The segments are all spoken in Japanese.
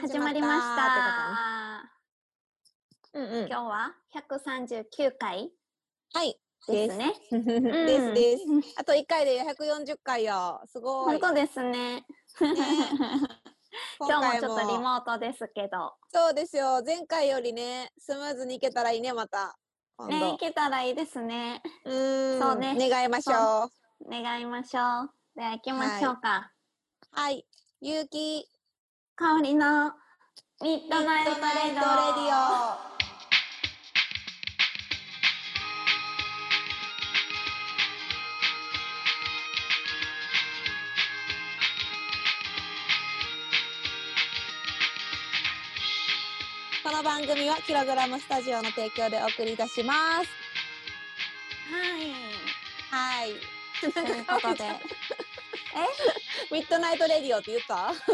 始まりました。うんうん。今日は139回はい。ですね。うんですです。あと1回で140回よ。すごい。本当ですね。ね今今日も回ちょっとリモートですけど。そうですよ。前回よりね、スムーズにいけたらいいね、また。今ね、度行。けたらいいですね。うーん。そうね願いましょう。願いましょう。では行きましょうか。はい。ゆうき。香りのミッドナイトレディオ。この番組はキログラムスタジオの提供でお送りいたします。はい。はい。ということ で。ミッドナイトレディオって言った そ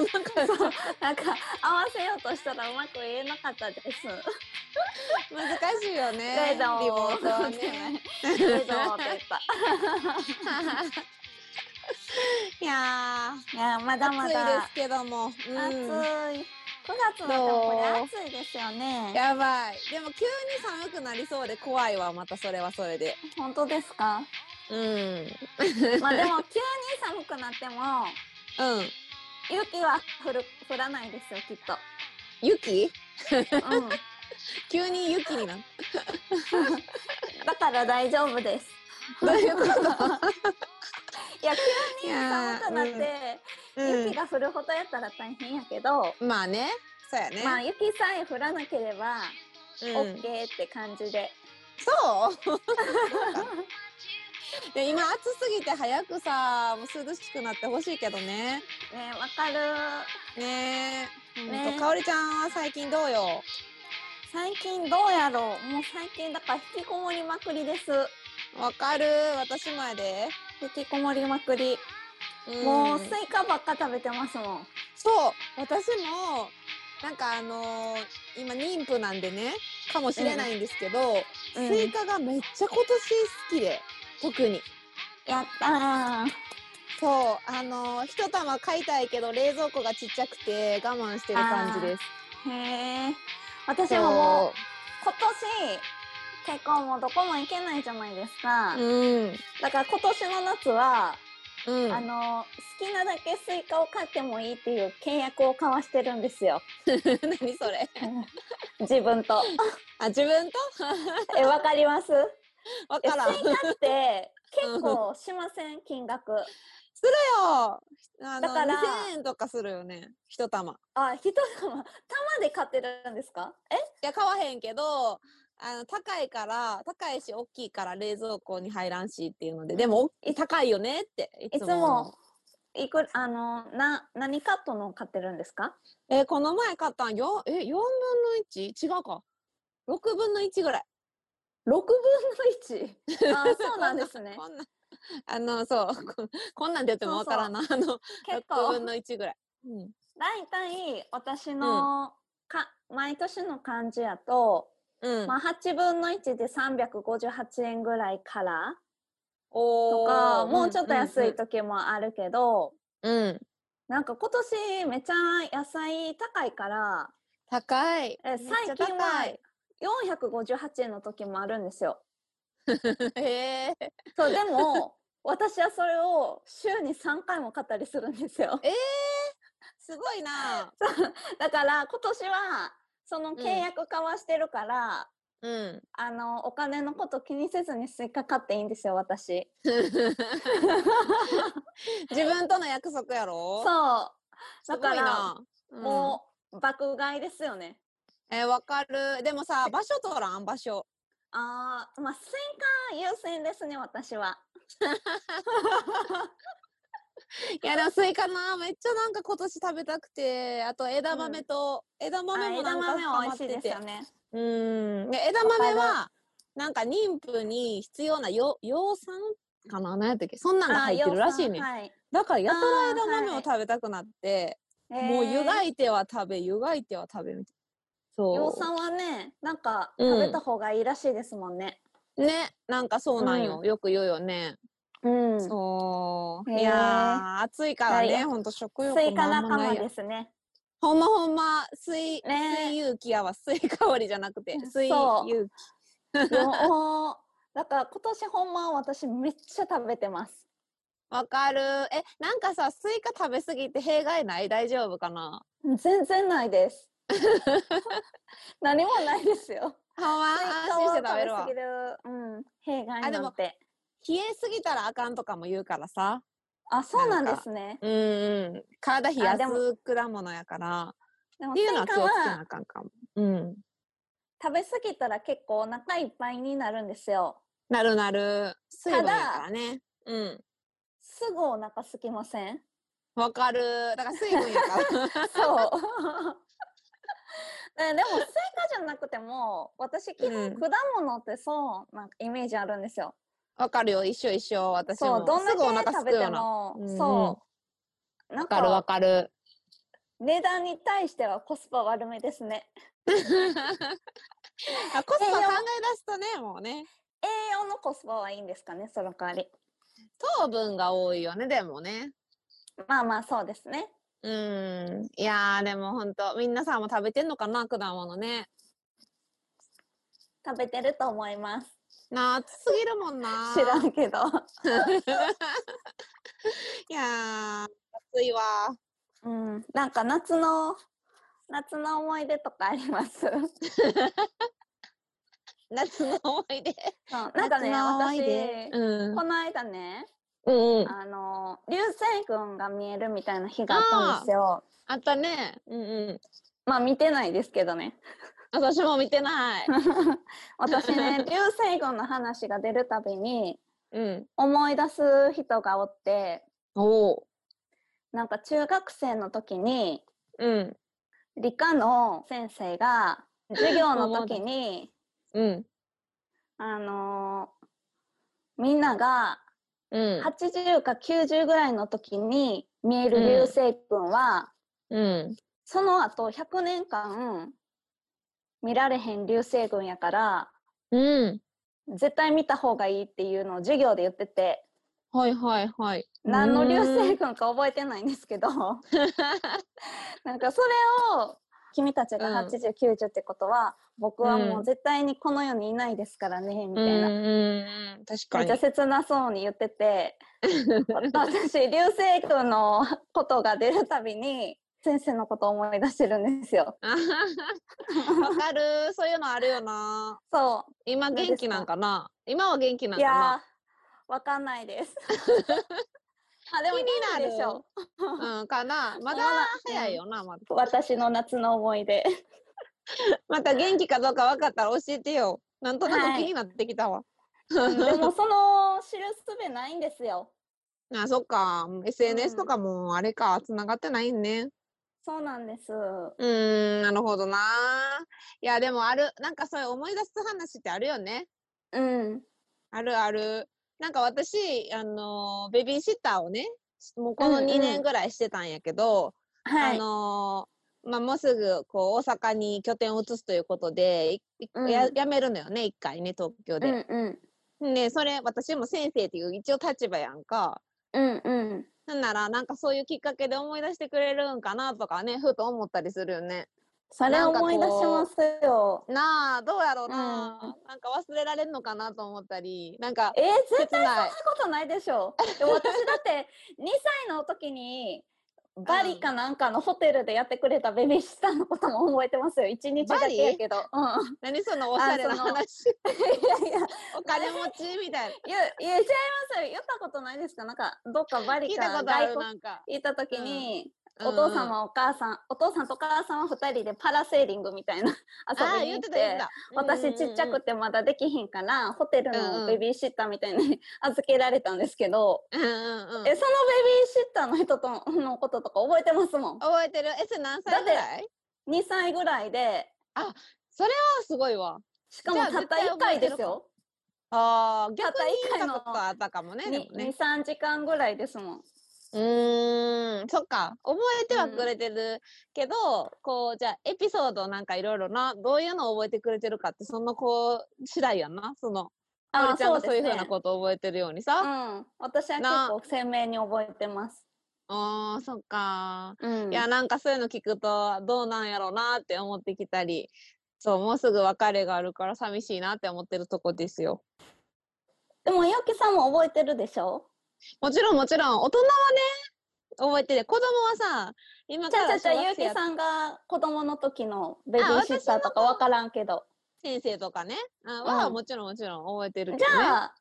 うなんか合わせようとしたらうまく言えなかったです。難しいよね。レイドリモートはって言ね。 ってレイドって言った。 いやいやーまだー、ま暑いでだすけども。うん暑い。九月はでもこれ暑いですよね。やばい。でも急に寒くなりそうで怖いわ。またそれはそれで。本当ですか？うん。うん。まあでも急に寒くなっても雪は降る降らないですよきっ雪と。 うん。急に雪になる。だから大丈夫です。どういうこと いや急にいやー寒くなって、雪が降るほどやったら大変やけど、うんまあね。そうやね。まあ雪さえ降らなければうんオッケーって感じ で。そうそうかないや今暑すぎて早くさ、もう涼しくなってほしいけどね。ねわかる。ねえ。ほんねとかおりちゃんは最近どうよ最近どうやろうもう最近だから引きこもりまくりですわかる私もやで。引きこもりまくり、うんもうスイカばっか食べてますもんそう私もなんかあのー今妊婦なんでねかもしれないんですけど、うんスイカがめっちゃ今年好きで特にやったーそうあのー一玉買いたいけど冷蔵庫がちっちゃくて我慢してる感じですへえ私でももう今年結構もうどこも行けないじゃないですか、うんだから今年の夏は、うんあの好きなだけスイカを買ってもいいっていう契約を交わしてるんですよ 何それ自分 とあ自分と えわかりますわえスからんイカって結構しません金額よ あのだから2000円とかするよね一玉あ、一玉、玉で買ってるんですかえいや買わへんけどあの高いから高いし大きいから冷蔵庫に入らんしっていうのででもお高いよねっていいつも、いくら、あの、な、何カットのを買ってるんですかえーこの前買ったんよえ4分の 1? 違うか6分の1ぐらい ?6 分の 1? あ、そうなんです ね。こんな あのそうここんなんで言ってもわからんなあの結6構、分の1ぐらい、うん、大体、私の、か、毎年の感じやと、うんまあ、8分の1で358円ぐらいからおとーか、もううんちょっと安い時もあるけど、うん、うんなんか今年めちゃ野菜高いから、高いえめっちゃ最近は高い 458円の時もあるんですよ。へーそうで も私はそれを週に3回も買ったりするんですよ。 えー、すごいなだから今年はその契うん約交わしてるから、うんあのお金のこと気にせずにスイカ買っていいんですよ私。 自分との約束やろそうすごいだからな、うんもう、爆買いですよね。えーわかるでもさ場所取らん場所あーまあスイカ優先ですね私は。いやでもスイカなめっちゃなんか今年食べたくてあと枝豆と、枝あ豆も枝なんか豆は深美まっ味しいてですてよね。うんで枝豆はなんか妊婦に必要なよ養酸かな何やったっけそんなんが入ってるらしいねん、あーよだからやたら枝あー豆をはい食べたくなって、うさんはいもう湯がえーいては食べ湯がいては食べみたいなそう洋さんはねなんかうん食べた方がいいらしいですもんね。ねなんかそうなんよ、うよく言うよねうんスそう、へーいやー暑いからはいねほんと食欲イもカあんま仲な間いよですね。ほんまほんま、水、ね水有機やわ。水香りじゃなくて、水そう有機。 もうだから今年ほんま私めっちゃ食べてます。わかる。え、なんかさ、スイカ食べ過ぎて弊害ない大丈夫かな全然ないです。 何もないですよ。ほんま、安心して食べるわ食。べ過ぎる。うん。弊害あでもなんて。冷えすぎたらあかんとかも言うからさ。あ、そうなんなでんかすね。うんうん。体冷やあでもす果物やから。でもっていうのは気スイをカつけなはあかんかも。うん。食べ過ぎたら結構お腹いっぱいになるんですよ。なるなる。水分やただからね。うん。すぐお腹空きませんわかる。だから水分やから。そう。 えでもスイカじゃなくても私基 う本果ん物ってそうなんかイメージあるんですよ。わかるよ。一緒一緒。私そも。うどんすぐおだけ腹食すくべてよな。も、うんそうなんわかるわかかる。値段に対してはコスパ悪めですね。 あコスパ栄養考え出すとね、もうね。栄養のコスパはいいんですかねその代わり。糖分が多いよね、でもね。まあまあそうですね。うん。いやー、でもほんと、みんなさんも食べてんのかな、果物ね。食べてると思います。なあ、暑すぎるもんな。知ら いんけど。やー、暑いわ。うん、なんか夏の夏の思い出とかありますそう夏の思い出。なんかね夏の思い私、出うん。この間ねうんうん。あの流星群が見えるみたいな日があったんですよあったね。うんうん。まあ見てないですけどね 私も見てない。私ね流星群の話が出るたびにうん。思い出す人がおっておお。なんか中学生の時にうん。理科の先生が授業の時にうん。あのみんながうん。 80か90ぐらいの時に見える流星群は、うん。その後100年間見られへん流星群やからうん。絶対見た方がいいっていうのを授業で言っててはいはいはい。何の流う星ん群か覚えてないんですけ どなんかそれを君たちがうん8090ってことは、僕はもうんう絶対にこの世にいないですからねみたいな。うんうんうめん。確かっちゃに。切なそうに言ってて私流星群のことが出るたびに先生のことを思い出してるんですよ。あはは わかる。そういうのあるよな。そ今どうですか元気なんかな今は元気なうんいかやなーわかんない です。あでも気気になるになるでしょうん、かなままだだ早いよな、まだ。私の夏の思い 出。また元気かどうか分かったら教えてよ。なんとなく気になってきたわ。うんでもその知るすべないんですよ。あ、そっか。SNS うんとかもあれか、繋がってないんね。そうなんです。うーん、なるほどな。いや、でもある、なんかそういう思い出す話ってあるよね。うん。あるある。なんか私、あのーベビーシッターをね、もうこうんのうん2年ぐらいしてたんやけど、はい。あのーまあ、もうすぐこう大阪に拠点を移すということで、いいうんややめるのよね、一回ね、東京うで。んうんね、それ、私も先生っていう一応立場やんか。うんうん。なんなら、なんかそういうきっかけで思い出してくれるんかなとかね、ふと思ったりするよね。それなんかこう思い出しますよ。なあどうやろううんな、なんか忘れられんのかなと思ったりなんかえー、絶切対そんなないことないでしょ。でも私だって2歳の時にバリかなんかのホテルでやってくれたベビーシッターのことも覚えてますよ。一日だけやけど。うん、何そのおしゃれなあその話いや いやお金持ちみたい言う言えちゃいますよ。言ったことないですかなんかどっかバな聞リいたかことある外国なんか行った時に、うんお父様お母さん、お父さんとお母さんは2人でパラセーリングみたいな あ遊あびに言行ってった言ってて。た私ちっちゃくてまだできひんからホテルうんうんのベビーシッターみたいに 預けられたんですけど、うんうんうんうんえ、そのベビーシッターの人とのこととか覚えてますもん。覚えてるえそれ何歳ぐらい2歳ぐらいで、あすごいわしかもじゃあたった絶対1覚え回てでるかすよ。あー逆たにった一言回いのたことあったかもねでにも2、ね3時間ぐらいですもん。うーんそっか覚えてはくれてるけど、こうじゃあエピソードなんかいろいろなどういうのを覚えてくれてるかってその子次第やんなそのああおー、ちゃんそがうでそういすうふうなね。ことを覚えてるようにうさ、ん。私は結な構鮮明に覚えてます。あーそっかうんいやなんかそういうの聞くとどうなんやろうなって思ってきたりそうもうすぐ別れがあるから寂しいなって思ってるとこですよでも、ゆうきさんも覚えてるでしょもちろんもちろん大人はね覚えてて子供はさ今じかゃあじゃあじゃら小あ、ゆう学生きやさんが子供の時のベビーシッターとかわからんけど。先生とかねあはうんもちろんもちろん覚えてるじけど、ね、ゃあ、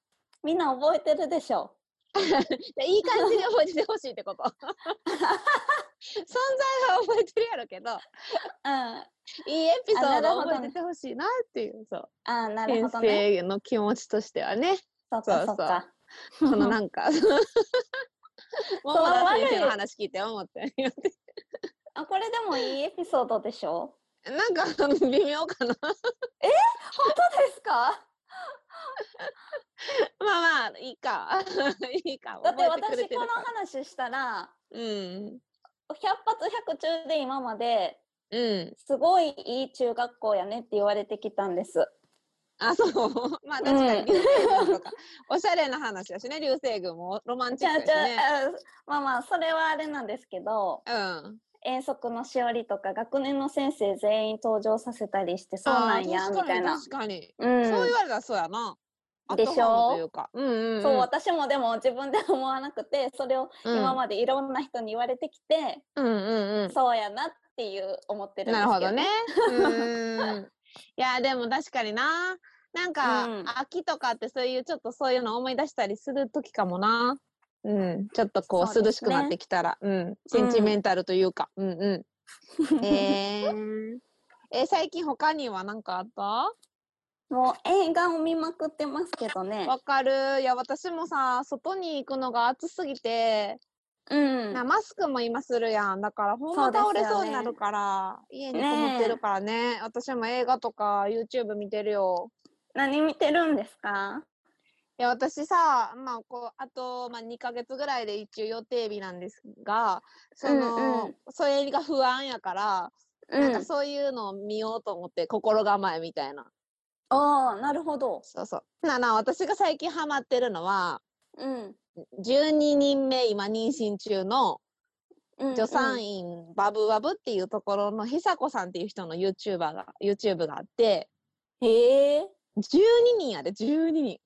みんな覚えてるでしょでいい感じに覚えててほしいってこと存在は覚えてるやろけどうん。あいいエピソあなーるドほをどね覚えててほしいなっていうそうあ、なるほ先どね。生の気持ちとしてはねそっかそっか。そのなんか桃田先生悪いの話聞いて思って あ、これでもいいエピソードでしょなんかあの微妙かな本当ですかまあまあいいかいいかだって覚えてくれ私てこるのから話したら、うん100発100中で今までうんすごいいい中学校やねって言われてきたんです。あそう まあ確かに流星群とか、 おしゃれな話だしね流星群もロマンチじゃッあクじゃあだしねあまあまあそれはあれなんですけどうん遠足のしおりとか学年の先生全員登場させたりしてそうなんやあーみ確かたいにな。確かに、うん、そう言われたらそうやなアッでトしょホームというかうんうん、うん、そう私もでも自分では思わなくてそれを今までいろんな人に言われてきて、うんうんうんそうやなっていう思ってるんですなけどるほどね。うーんいやでも確かにななんか、うん秋とかってそういうちょっとそういうの思い出したりする時かもなうんちょっとこそううで涼すしねくなってきたらうんセンチメンタルというか、うん、う んえーえ最近他には何かあったもう映画を見まくってますけどね。わかるいや私もさ外に行くのが暑すぎてうんな。マスクも今するやんだからほんまそうですよ倒ねれそうになるから、家にこもってるからね私も映画とか YouTube 見てるよ何見てるんですかいや私さまあこうあと、まあ、2ヶ月ぐらいで一応予定日なんですがその、うんうんそれが不安やから、うなんかそういうのを見ようと思って心構えみたいなああ、なるほど。そうそうなあなあ私が最近ハマってるのはうん。 12人目今妊娠中のうん助産院バブバブっていうところの久子さんっていう人の YouTuber が YouTube があってうんへえ。 12人やで12人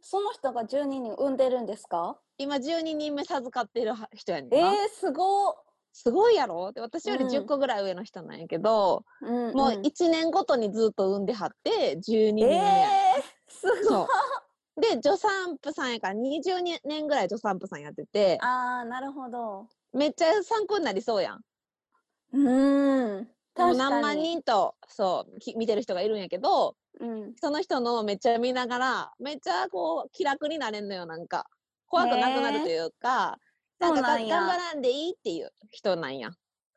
その人が12人産んでるんですか今12人目授かってるは人やねんえな、ー、すごっ。すごいやろで私よりうん10個ぐらい上の人なんやけど、うんもううん1年ごとにずっと産んではって12人目やねん、えー、すごい。そうで助産婦さんやから20年ぐらい助産婦さんやっててああ、なるほど。めっちゃ参考になりそうやんうーん。もう確かに。何万人とそうき見てる人がいるんやけど、うん。その人のめっちゃ見ながら、めっちゃこう気楽になれんのよ、なんか。怖くなくなるというか、へーなんかそうがなんや頑張らんでいいっていう人なんや。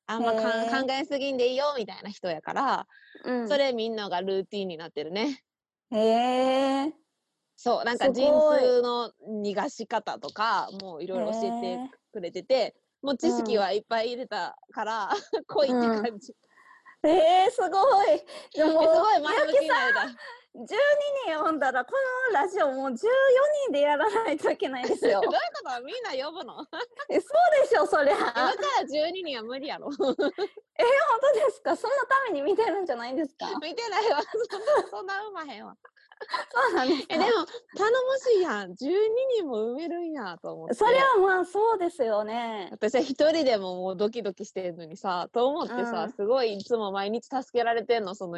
あんまかへんー考えすぎんでいいよみたいな人やから、うん、それみんながルーティンになってるね。へえ。そう、なんかすごい陣痛の逃がし方とか、もういいろいろ教えてくれてて、もう知識はいっぱい入れたから、 濃いってうん感じ。えー、えーすごい。でも、えすすごい前向きになれた。 12人呼んだら、このラジオもう14人でやらないといけないですよ どういう。ことみんな呼ぶのえそうでしょ、そりゃ。今から12人は無理やろ。本当ですかそのために見てるんじゃないですか見てないわ。そんな、そんなうまへんわ。そうなんですえ、でも、頼もしいやん。12人も埋めるんやと思って。それはまあそうですよね。私は一人でももうドキドキしてんのにさ、と思ってさ、うんすごいいつも毎日助けられてんの、その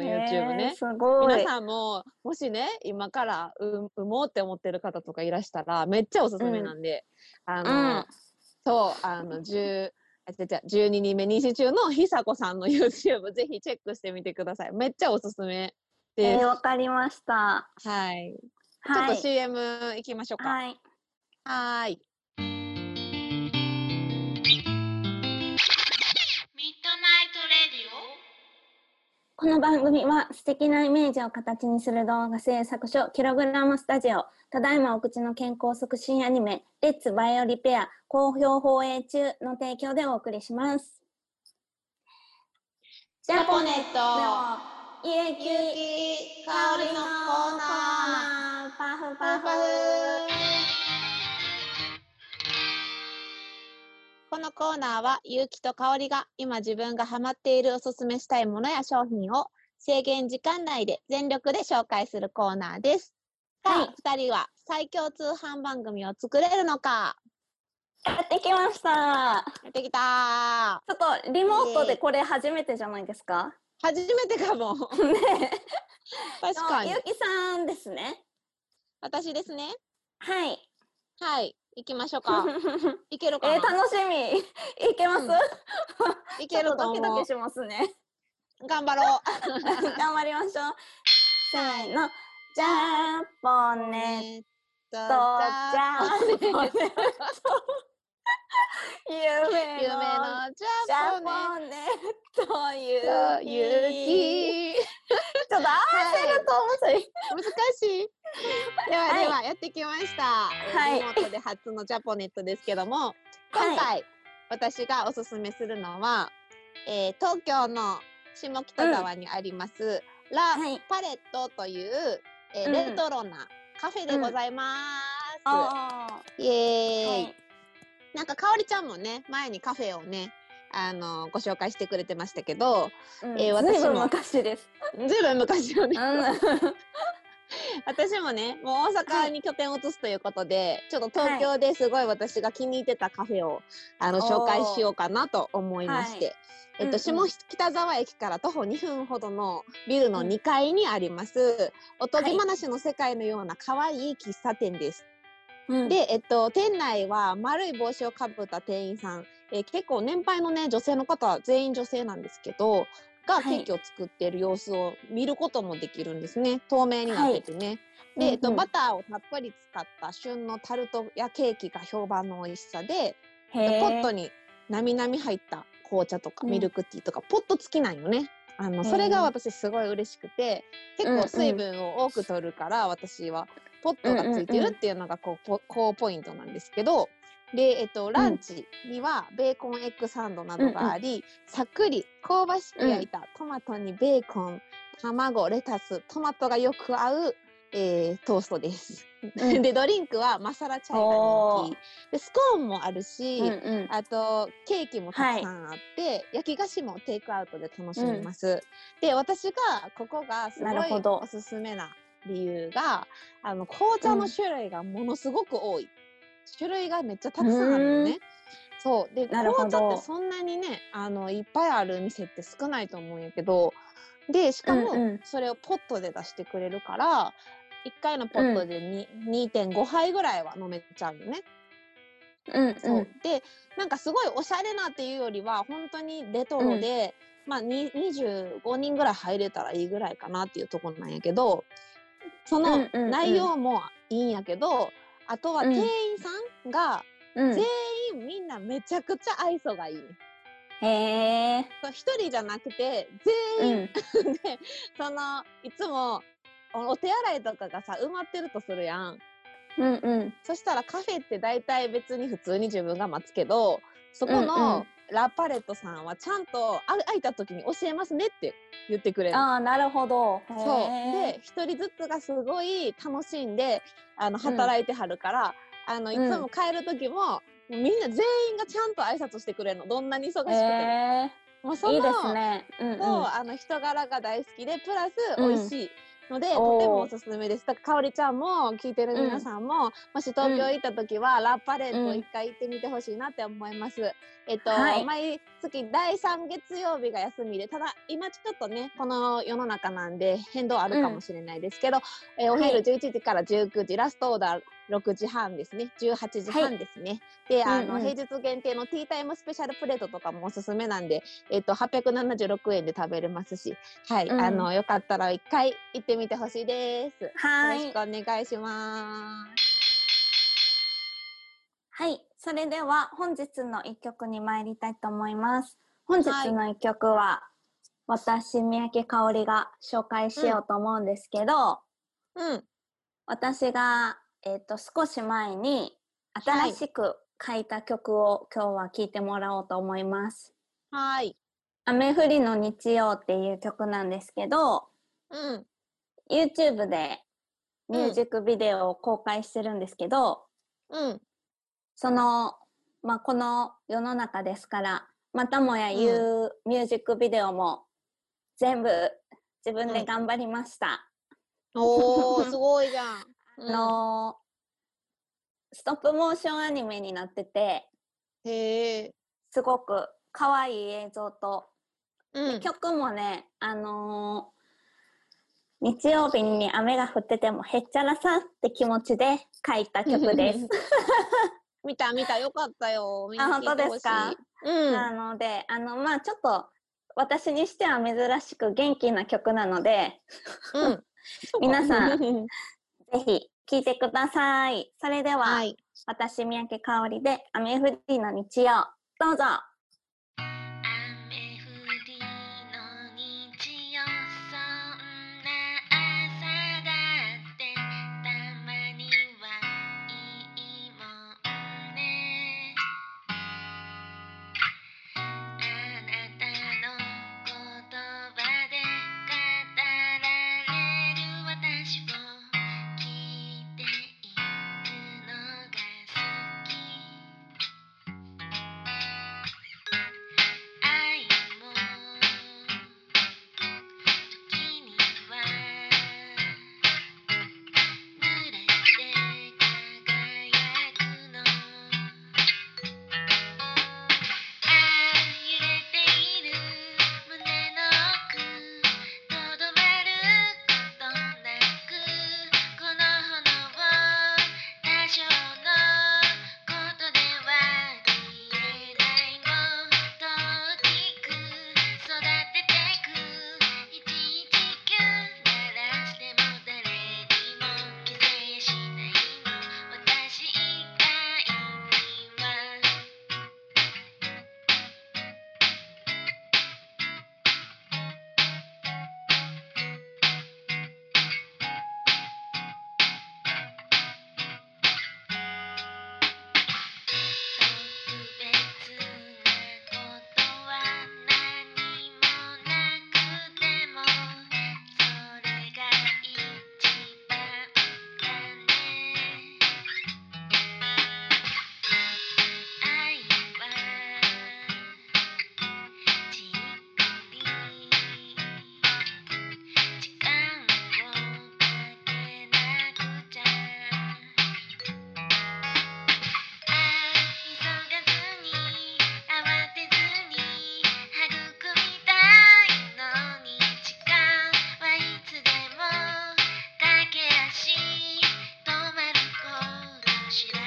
へ YouTube えね。すごい皆。さんも、もしね、今から産産もうって思ってる方とかいらしたら、めっちゃおすすめなんで、あの、うんそう、あの、10、あ違う違う12人目妊娠中の久子さんの YouTube ぜひチェックしてみてください。めっちゃおすすめえです。ーわかりました。はい。ちょっはとい。 CM 行きましょうか。はい。はーい。ミッドナイトレディオこの番組は素敵なイメージを形にする動画制作所キログラムスタジオただいまお口の健康促進アニメレッツバイオリペア好評放映中の提供でお送りします。ジャポネッットト有給香りのコーナーパフパフこのコーナーは、ゆうきと香りが今自分がハマっているおすすめしたいものや商品を制限時間内で全力で紹介するコーナーです。ははい2人は最強通販番組を作れるのかやってきました。やってきたちょっとリモートでこれ初めてじゃないですか。ー初めて かも。ねえ。確かにゆ。うきさんですね。私ですね。はい。はい。行きましょうか。いける えかー、な、楽しみ。いけます、うんいちょけっるととドキ思ドうキ。しますね。頑張ろ頑張りましょう。せーの。ジャポう。ネッえーっと、じト、ゃジャポネット。夢夢ののジジャャポね。ポネット、ゆとうき。勇気。ちょっと合わせると思い。難しい。でははいではやってきました。はいリモートで初のジャポネットですけども、今回私がおすすめするのは、えー東京の下北沢にあります、ラ・はい。パレットという、えーうんレトロなカフェでございます。あイエーーイ。はい。なんかかおりちゃんもね前にカフェをねあのご紹介してくれてましたけど、うんえー私ずもいぶん昔です。ずいぶん昔よね。うん私もねもう大阪に拠点を移すということで、ちょっと東京ですごい私が気に入ってたカフェをあのおー紹介しようかなと思いまして、はえっとうんうん下北沢駅から徒歩2分ほどのビルの2階にあります、おとぎ話の世界のような可愛い喫茶店です。うんで、えっと、店内は丸い帽子をかぶった店員さん、えー結構年配のね女性の方は全員女性なんですけどがはいケーキを作っている様子を見ることもできるんですね、透明になっててね。で、えっうと、んうんバターをたっぷり使った旬のタルトやケーキが評判の美味しさで、へーポットになみなみ入った紅茶とかうんミルクティーとか、ポット付きなんよね。あのそれへーが私すごい嬉しくて結構水分を多く取るから私はポットがついてるっていうのがこうポ高ポイントなんですけどで、えっと、ランチにはベーコンエッグサンドなどがあり、さっくり香ばしく焼いたトマトにベーコン卵レタストマトがよく合う、えートーストです。うんでドリンクはマサラチャイがお人ー気でスコーンもあるし、うんうんあとケーキもたくさんあって、焼き菓子もテイクアウトで楽しめます。で私がここがすごなるほいどおすすめな理由があの紅茶の種類がものすごく多い、種類がめっちゃたくさんあるのうーんね。そうでなるほど紅茶ってそんなにねあのいっぱいある店って少ないと思うんやけどでしかもうんうんそれをポットで出してくれるから1回のポットでに2.5杯ぐらいは飲めちゃうよね。うんそう、うんでなんかすごいおしゃれなっていうよりは本当にレトロで、まあに25人ぐらい入れたらいいぐらいかなっていうところなんやけどそうんのうんうん内容もいいんやけど、あとはうん店員さんがうん全員みんなめちゃくちゃ愛想がいい。へえそう一人じゃなくてう全員んでそのいつもおお手洗いとかがさ埋まってるとするやん。うんうんそしたらカフェって大体別に普通に自分が待つけどそこうんうんのラパレットさんはちゃんとあ空いた時に教えますねって言ってくれる。ああなるほどそうへーで一人ずつがすごい楽しんであのん働いてはるから、あのいつも帰る時も、みんな全員がちゃんと挨拶してくれるのどんなに忙しくても。へもうそーのいいですねうんうんそうあの人柄が大好きでプラスうん美味しいので、おーとてもおすすめです。だからかおりちゃんも聞いてる皆さんも、もし東京行った時は、ラッパレッうトん一回行ってみてほしいなって思います。えっと、はい毎月第3月曜日が休みでただ今ちょっとねこの世の中なんで変動あるかもしれないですけど、えーおはい昼11時から19時ラストオーダー6時半ですね18時半ですね。であの、うんうん平日限定のティータイムスペシャルプレートとかもおすすめなんで、えっと876円で食べれますし、はい、うんあのよかったら一回行ってみてほしいです。よはろいしくお願いします。はい、それでは本日の一曲に参りたいと思います。本日の一曲は、私三宅香織が紹介しようと思うんですけど、うん、私がえっ、と少し前に新しく書いた曲を今日は聴いてもらおうと思います。はい、雨降りの日曜っていう曲なんですけど、うん、 YouTube で ミュージックビデオを公開してるんですけど、うん、そのまあ、この世の中ですから、またもや言ううミュージックビデオも全部自分で頑張りました。おー、すごいじゃん。あのーストップモーションアニメになってて、へえ。すごく可愛い映像とうん。曲もね、あのー日曜日に雨が降っててもへっちゃらさって気持ちで書いた曲です。見た見た、よかったよ。みんあな聞いて本当ですかほしいうん。なので、あの、まあちょっと私にしては珍しく元気な曲なので、うん。 皆さんん。ぜひ聴いてください。それでは、 はい。私、三宅香織で雨降りの日曜、どうぞ。雨降りの日曜そんな朝だってたまにはいいもんねあなたの言葉で語られる私を聞いているのが好き愛も時には濡れて輝くのあ揺れている胸の奥とどまることなくこの炎を多少のことでは消えないもと大きく育ててく一日9鳴らしても誰にも気絶しないの私以外には特別なことは何もなくてもそれが一番だね愛はじっくり時間をかけなくちゃ「急がずに慌てずに育みたいのに時間はいつでも駆け足」「止まること知らない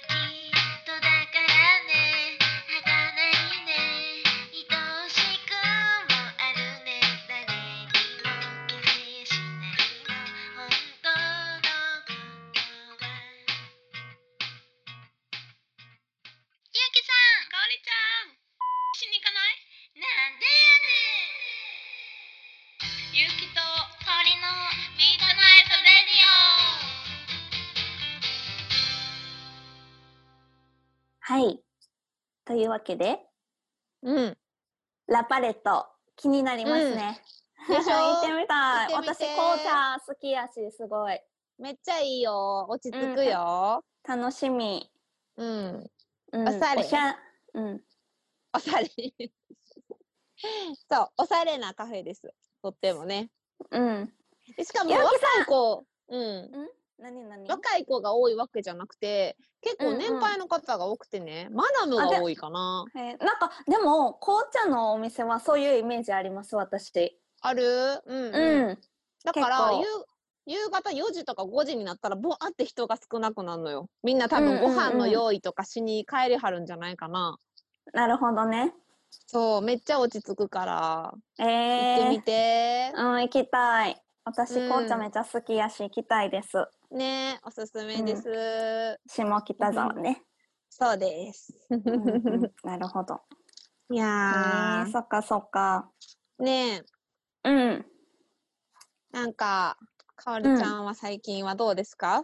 きっとだからね儚いね」「愛しくもあるね誰にも気にしないの本当のことは」ゆうきさんかおりちゃんしに行かないなんでやねんゆうきとかおりのミートナイトレディオはい。というわけで、うん。ラパレット、気になりますね。うんでし ょ行ってみたい。行ってみ私、て紅茶好きやし、すごい。めっちゃいいよ。落ち着くよ。楽しみ。うん。うん、おしゃれおしゃうん。おしゃれ。 そう、おしゃれなカフェです。とってもね。うん。でしかもゆう若きさんい子、うん。何何若い子が多いわけじゃなくて、結うん構うん年配の方が多くてね、マダムが多いかな。えーなんか、でも、紅茶のお店はそういうイメージあります、私。あるうん、うん。だから結構夕夕方4時とか5時になったらボワって人が少なくなるのよみんな多分ご飯うんうんうのん用意とかしに帰りはるんじゃないかな、なるほどね。そうめっちゃ落ち着くからえ行ってえみて、うん、行きたい。私、うん紅茶めちゃ好きやし、行きたいです。ねおすすめです、下北沢ね。そうです うんうんなるほど。いやえー、そっかそっか。ーねえうん。なんかかおりちゃんは最近はどうですか、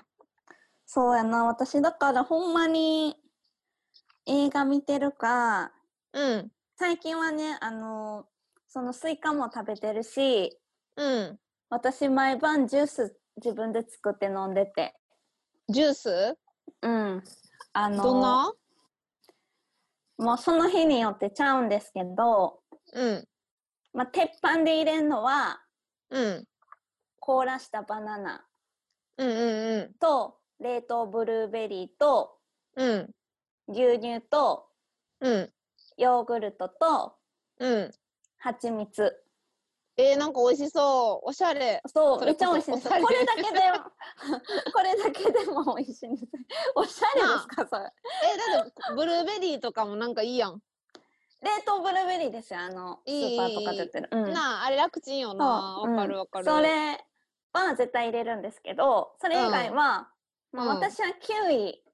そうやな。私、だからほんまに映画見てるか、うん最近はね、あの、そのスイカも食べてるし、うん私、毎晩ジュース自分で作って飲んでて。ジュースうん。あの、どんなもうその日によってちゃうんですけど、うんまあ、鉄板で入れるのはうん凍らしたバナナうんうんと冷凍ブルーベリーとうん牛乳とうんヨーグルトとうん蜂蜜えー、なんか美味しそうおしゃれ そうそめれっちゃ美味しいんですおしゃ れこれだけでこれだけでも美味しいんですおしゃれですかそれえだってブルーベリーとかもなんかいいやん、冷凍ブルーベリーですよあのスいいーパーとかで売ってるうんなああれ楽ちんよなわ、そうかうるんわかるそれは絶対入れるんですけどそれ以外は、うまんあ、私はキウイ、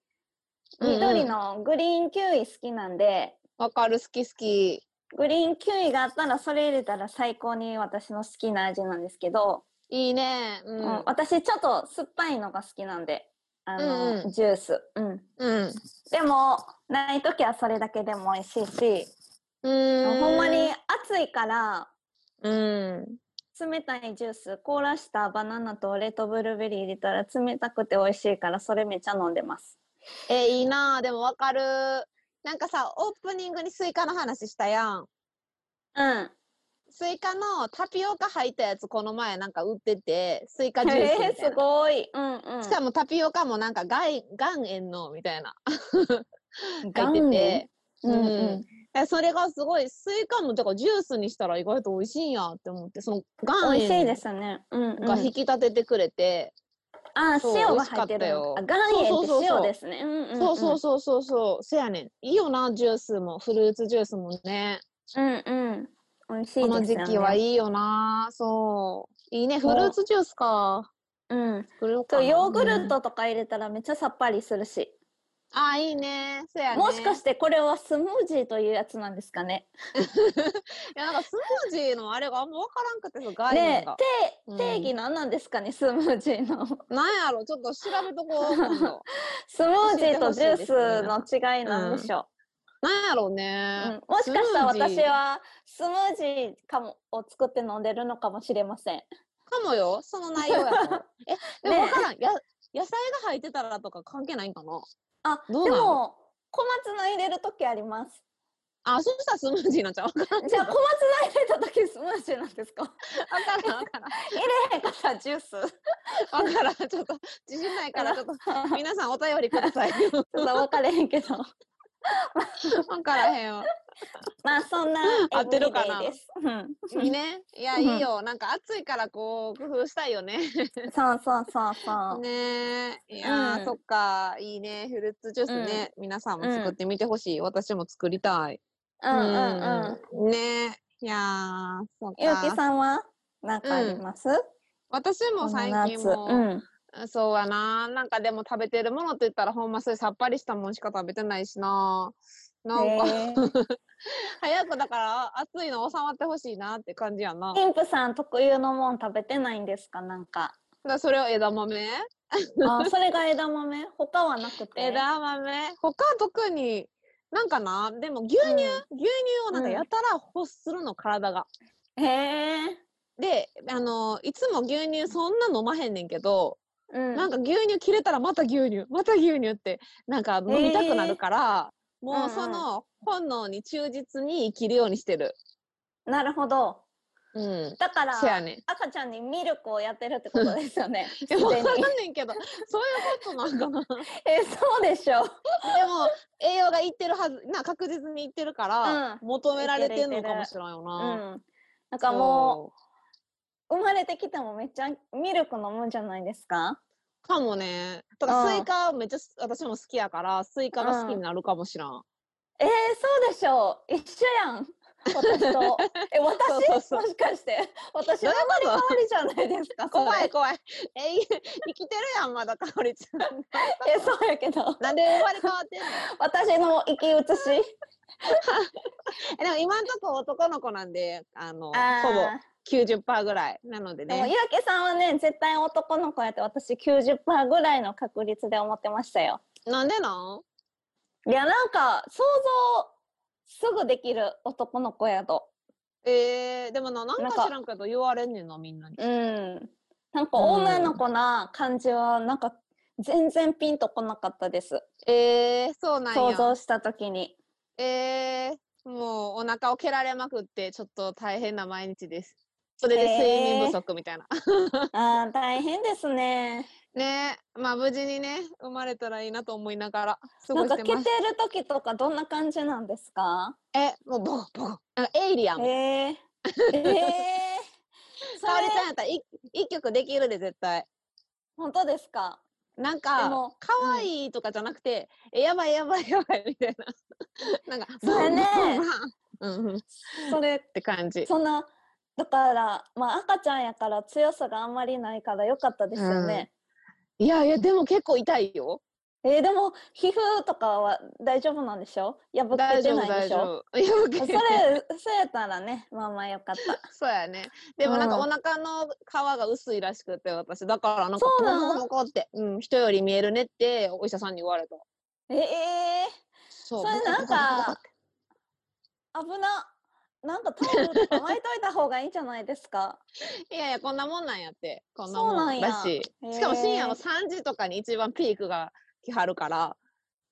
うんうん緑のグリーンキウイ好きなんでわかる好き好きグリーンキウイがあったらそれ入れたら最高に私の好きな味なんですけど、いいねううんん私ちょっと酸っぱいのが好きなんであの、うんうんジュース、うん、うんでもない時はそれだけでも美味しいし、うーんほんまに暑いからうん冷たいジュース凍らしたバナナとレッドブルーベリー入れたら冷たくて美味しいからそれめっちゃ飲んでますえーいいなあでもわかるなんかさオープニングにスイカの話したやんうんスイカのタピオカ入ったやつこの前なんか売っててスイカジュースみたいなえー、 すごいうんうんしかもタピオカもなんか岩岩塩のみたいな岩 入っててうんううんんえそれがすごいスイカもだからジュースにしたら意外と美味しいんやって思ってその岩美味しい塩ですねうん、うん、が引き立ててくれて、あそう塩が入ってるのあ美味しか岩ったよ塩そうそうってそうそ塩うですねうんうんそうそうそうそうそうせやねんいいよなジュースもフルーツジュースもねうんうん美味しいですよこねの時期はいいよなそういいねフルーツジュースかうん作ろうかとなヨーグうルんトとか入れたらめっちゃさっぱりするし、あいいねせやねもしかしててこれはスムージーというやつなんですかねいやなんかスムージーのあれがあんま分からんくてその概念ねが、え、うんて定義何なんですかね、スムージーの。なんやろちょっと調べとこう今 度スムージーとジュースの違いなんでしょう。なんやろううんね、もしかしたらスムージ私ーはスムージーかもを作って飲んでるのかもしれません。かもよその内容やとえでもね分からんや野菜が入ってたらとか関係ないんかなあ、でどうなのも小松菜入れる時あります。あそしたらスムージーになっちゃう分からんじゃあ小松菜入れた時スムージーなんです か。分からん分からん入れへんかったらジュース。 わからん、ちょっと自信ないから、ちょっと皆さんお便りくだ さい。ちょっと分かれへんけど。わからへんわ。まあそんな合ってるかなエブリデイです。うんいいね。いや、うんいいよ。なんか暑いから、こう工夫したいよね。そうそうそうそう。ねえ。いやー、うんそっか。いいね。フルーツジュースね。皆さんも作ってみてほしい。私も作りたい。うんうんうん。うん。ねえ。いやー、そっゆうきか。さんは何かあります？私も最近このも、夏そうやな。なんかでも食べてるものって言ったら、ほんまそういうさっぱりしたもんしか食べてないしな。なうんか、んか。 早くだから暑いの収まってほしいなって感じやな。だか妊婦さん特有のもん食べてないんですかなんか。らそれを枝豆あ、それが枝豆他はなくて。枝豆他特になんかなでも牛乳、牛乳をなんかやたら欲するの体が。うんへえ。であのいつも牛乳そんな飲まへんねんけど、うん。なんか、か牛乳切れたらまた牛乳また牛乳ってなんか飲みたくなるから、もうその本能に忠実に生きるようにしてる。なるほど。うん、だから、せやねん。赤ちゃんにミルクをやってるってことですよ ね。え分すでにからんねんけどそういうことなん かなえ、そうでしょ。でも栄養がいってるはずな確実にいってるから、うん求められてんのかもいっしれんような。ん。なんかもう、生まれてきてもめっちゃミルク飲むんじゃないですかうかもね。だからうんスイカめっちゃす私も好きやからスイカが好きになるかもしらん。えー、そうでしょう。一緒やん。私 と。え、私そうそうそうもしかして。私どうのいうこ生まれ変とわりじゃないですか。それ怖い。怖い。 えい生きてるやんまだかおりち ゃん。え、そうやけど。なんで生まれ変わってんの 私の生き写し。えでも今んとこ男の子なんであのあほぼー90%ぐらいなのででも、ゆねう。きさんはね、絶対男の子やって、私90%ぐらいの確率で思ってましたよ。なんでなんいや、なんか、想像すぐできる男の子やと。えー、でもななんなんかか知らんけど言われんねんなみんなに。うん。なんか、うん女の子な感じは、なんか、全然ピンとこなかったです。えー、そうなんや。想像した時に。えー、もうお腹を蹴られまくってちょっと大変な毎日です。それで睡眠不足みたいな。あー大変ですね。ねえまあ無事にね生まれたらいいなと思いながら過なごんしかて蹴っまてす。る時とかどんな感じなんですか？えもうボコボコなんかエイリアンえー、みたいな。え ー、そ沙織れちゃんやったらい一曲できるで絶対。本当ですか？なんかでも可愛いとかじゃなくて、えやばいやばいやばいみたいな なんかそれねブンブンブンうんうんっそれて感じ。そんなだからまあ赤ちゃんやから強さがあんまりないから良かったですよね。いやいやでも結構痛いよ。えー、でも皮膚とかは大丈夫なんでしょ？破大けて丈夫ないで大しょ？丈夫。 いや受そけれてそうやったらねまあまあ良かった。 そうやね。でもなんかうんお腹の皮が薄いらしくて私だからなんかそうポなんコポコポコって、うん、人より見えるねってお医者さんに言われた。ええー。そそれなんか危な。なんかタオルとか巻いといた方がいいんじゃないです か。いやいやこんなもんなんやってこんなそうもなんんやらしい。しかも深夜の3時とかに一番ピークが来はるから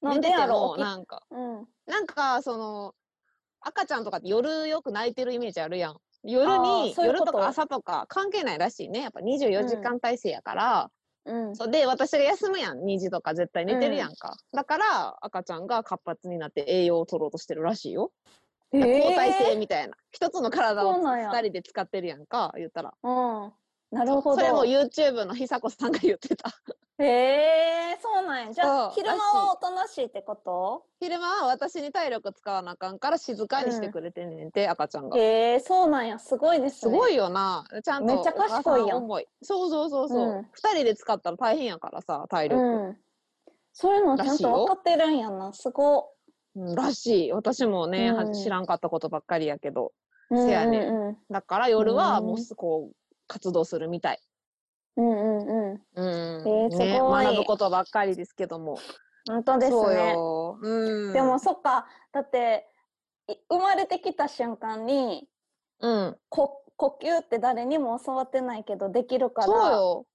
なんで寝てやてもろう。なんかうん。なんかその赤ちゃんとかって夜よく泣いてるイメージあるやん。夜あーにそういうこ夜ととか朝とか関係ないらしいねやっぱ24時間体制やから、うん。そうで私が休むやん2時とか絶対寝てるやんか、だから赤ちゃんが活発になって栄養を取ろうとしてるらしいよえ交代制ーみたいな一つの体をそうなんや2人で使ってるやんか言ったらうん。なるほそれもど。 YouTube の久子さんが言ってたへえー、そうなんや。じゃあそう昼間はおとなしいってこと？ 昼間は私に体力使わなあかんから静かにしてくれてんねんて、赤ちゃんがへえー、そうなんや。すごいですすね。ごい。いよなちゃんとめっちゃ賢いやんお母さ重いそうそうそうそう、うん2人で使ったら大変やからさ体力、うん。そういうのちゃんと分かってるんやな。すご。うんらしい私もね、はうん知らんかったことばっかりやけどうんせやねうんだから夜はうんもうすこう活動するみたい。うんうんうんうん。うんえーすね、ごい学ぶことばっかりですけども。本当ですね。そうよ。うん。でも、そっか。だってい生まれてきた瞬間に。うん。こ呼吸って誰にも教わってないけどできるからそうよ。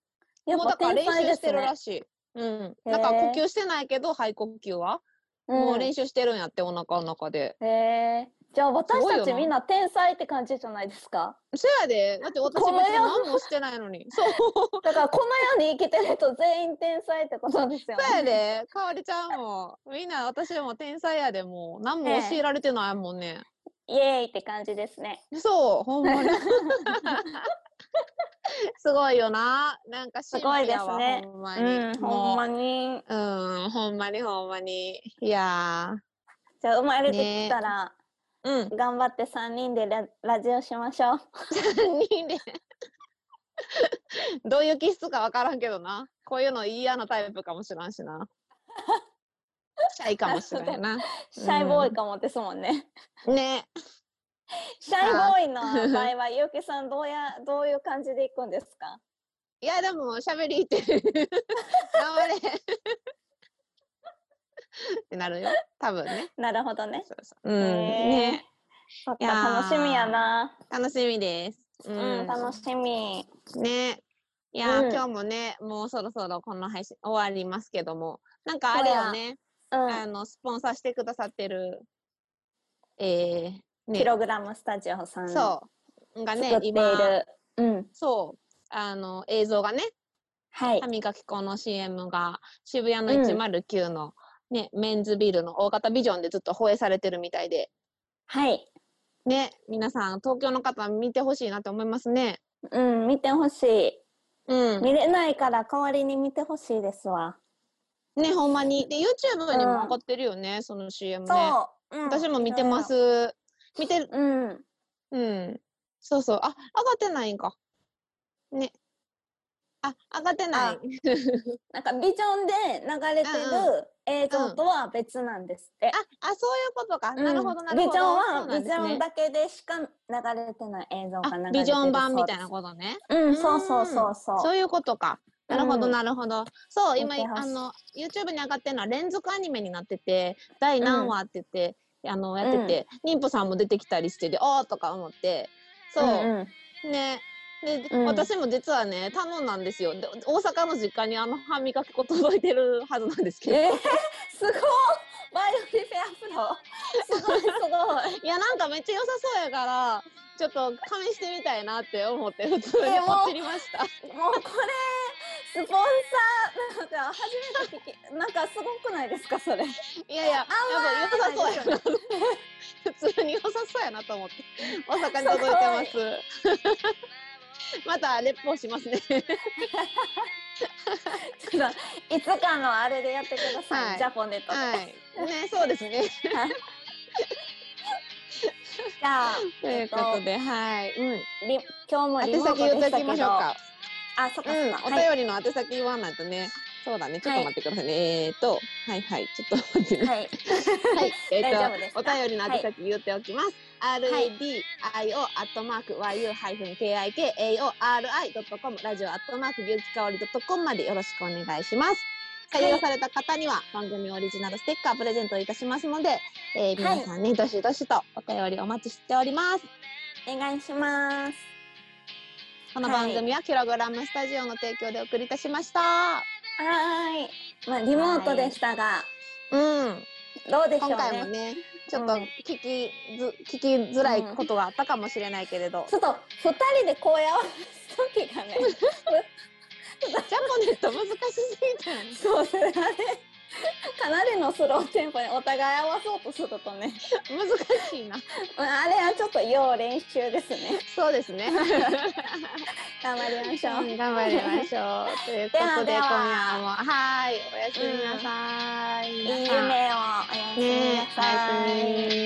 やっもうだかぱら天練才習でしすてるらね。しい。うん。へーだから呼吸してないけど肺呼吸は、もう練習習してるんやってお腹の中で。えー、じゃあす私ごいたよちなみんな天才って感じじゃないですかせやで。だって私こ別の世に何もしてない のに。そう。だからこの世に生きてると全員天才ってことですよそうやね。で。かおりちゃんも。みんな私も天才やでもう。何も教えられてないもんね。イエーイって感じですね。そう、ほんま に。すごいよな。なんかすごいです神秘やわねほんまうに。ん、ほんまに。に。うん、ほんまにほんまに。いやじゃあ生まれてきたらー。うん。頑張って3人でララジオしましょう。 3人で。 どういう気質かわからんけどな。こういうの嫌なタイプかもしらんしな。シャイかもしれんな。シャイボーイかもですもんね。 ね。シャイボーイの場合は、ゆうきさんどうや、どういう感じでいくんですかいや、でも、喋りいってる。頑張れ。ってなるよ。多分ね。なるほどね。そうそう。うん。へーね。そっいやか、ー楽しみやな。楽しみです。ううん、楽しみ。ね。いやー、うん今日もね、もうそろそろこの配信終わりますけども、なんかあれよね、うあん、の、スポンサーしてくださってる、えー、キね、ログラムスタジオさんのそう、が作ねっ、てい今、る。うん、そう、あの、映像がね、はい歯。磨き粉の CM が渋谷の109の、ね、メンズビルの大型ビジョンでずっと放映されてるみたいで、はい。ね、皆さん、東京の方見てほしいなって思いますね。うん、見てほしい。うん。見れないから代わりに見てほしいですわ。ね、ほんまに。で、YouTube にうんも上がってるよね、その CM ね。そう。うん私も見てま。す。見てる、うん。うん。そうそう。あ、上がってないんか。ね。あ、上がってない。あなんかビジョンで流れてうんる映像とは別なんですって。あ、あ、そういうことか。うんなるほど、なるビほど。ジョンそうなはビんでジすョンねだけでしか流れてない映像が流れてあビるジョン版そうみでたすいなことね。うん、そうそうそうそう。そういうことか。なるほど、うんなるほど。そう、今、見てほしいあの、YouTube に上がってるのは連続アニメになってて、第何話って言って、あの、やってて、妊婦さんも出てきたりしてて、あーとか思って、そう、んんね。で、うん私も実はね、頼んだんですよ。で大阪の実家にあの歯磨き粉届いてるはずなんですけど。えー、すごいバイオリフェアプロすごいすごい。いやなんかめっちゃ良さそうやからちょっと試してみたいなって思って普通にえもう走りました。もうこれ、スポンサー、なんか初めて聞き、なんかすごくないですか、それ。 いやいややっぱ良さそうやな 普通に良さそうやなと思って大阪に届いて ます。またレポしま すね。ちょっといつかのあれでやってください、はいジャポネットで、はい。ねそうです ね。じゃあ、ということで、はい。うん。り今日もリ宛モート先で言しったとたけきどましょうか。あそっかそっか、うん、おはい、便りの宛先言わないとね。そうだね。ちょっと待ってくださいね。えーと、はいはい。ちょっと待ってね。はい、はい、 えっ、 大丈夫ですと、おか便りの宛先言っておきます。はい radio アットマーク yu ハイフン kikai ori ドットコムラジオアットマークゆうきかおりドットコムまでよろしくお願いします。はい採用された方には番組オリジナルステッカープレゼントいたしますので、えー、はい皆さんね、どしどしとお便りお待ちしております。お願いしますこの番組はキログラムスタジオの提供でお送りいたしました。はーいまあリモートでしたが、うん、どうでしょう今ね回もね、ちょっとうん聞きず、聞きづらいことがあったかもしれないけれど、ちょっと二人で声合わす時がねジャポネット難しすぎたよね。そうそれはねかなりのスローテンポにお互い合わそうとするとね難しいな。まああれはちょっと要練習ですねそうですね。頑張りましょう、 頑張りましょう。ということでではでは今夜もはいおやすみなさい。いい夢をおやすみねなさい。おやすみ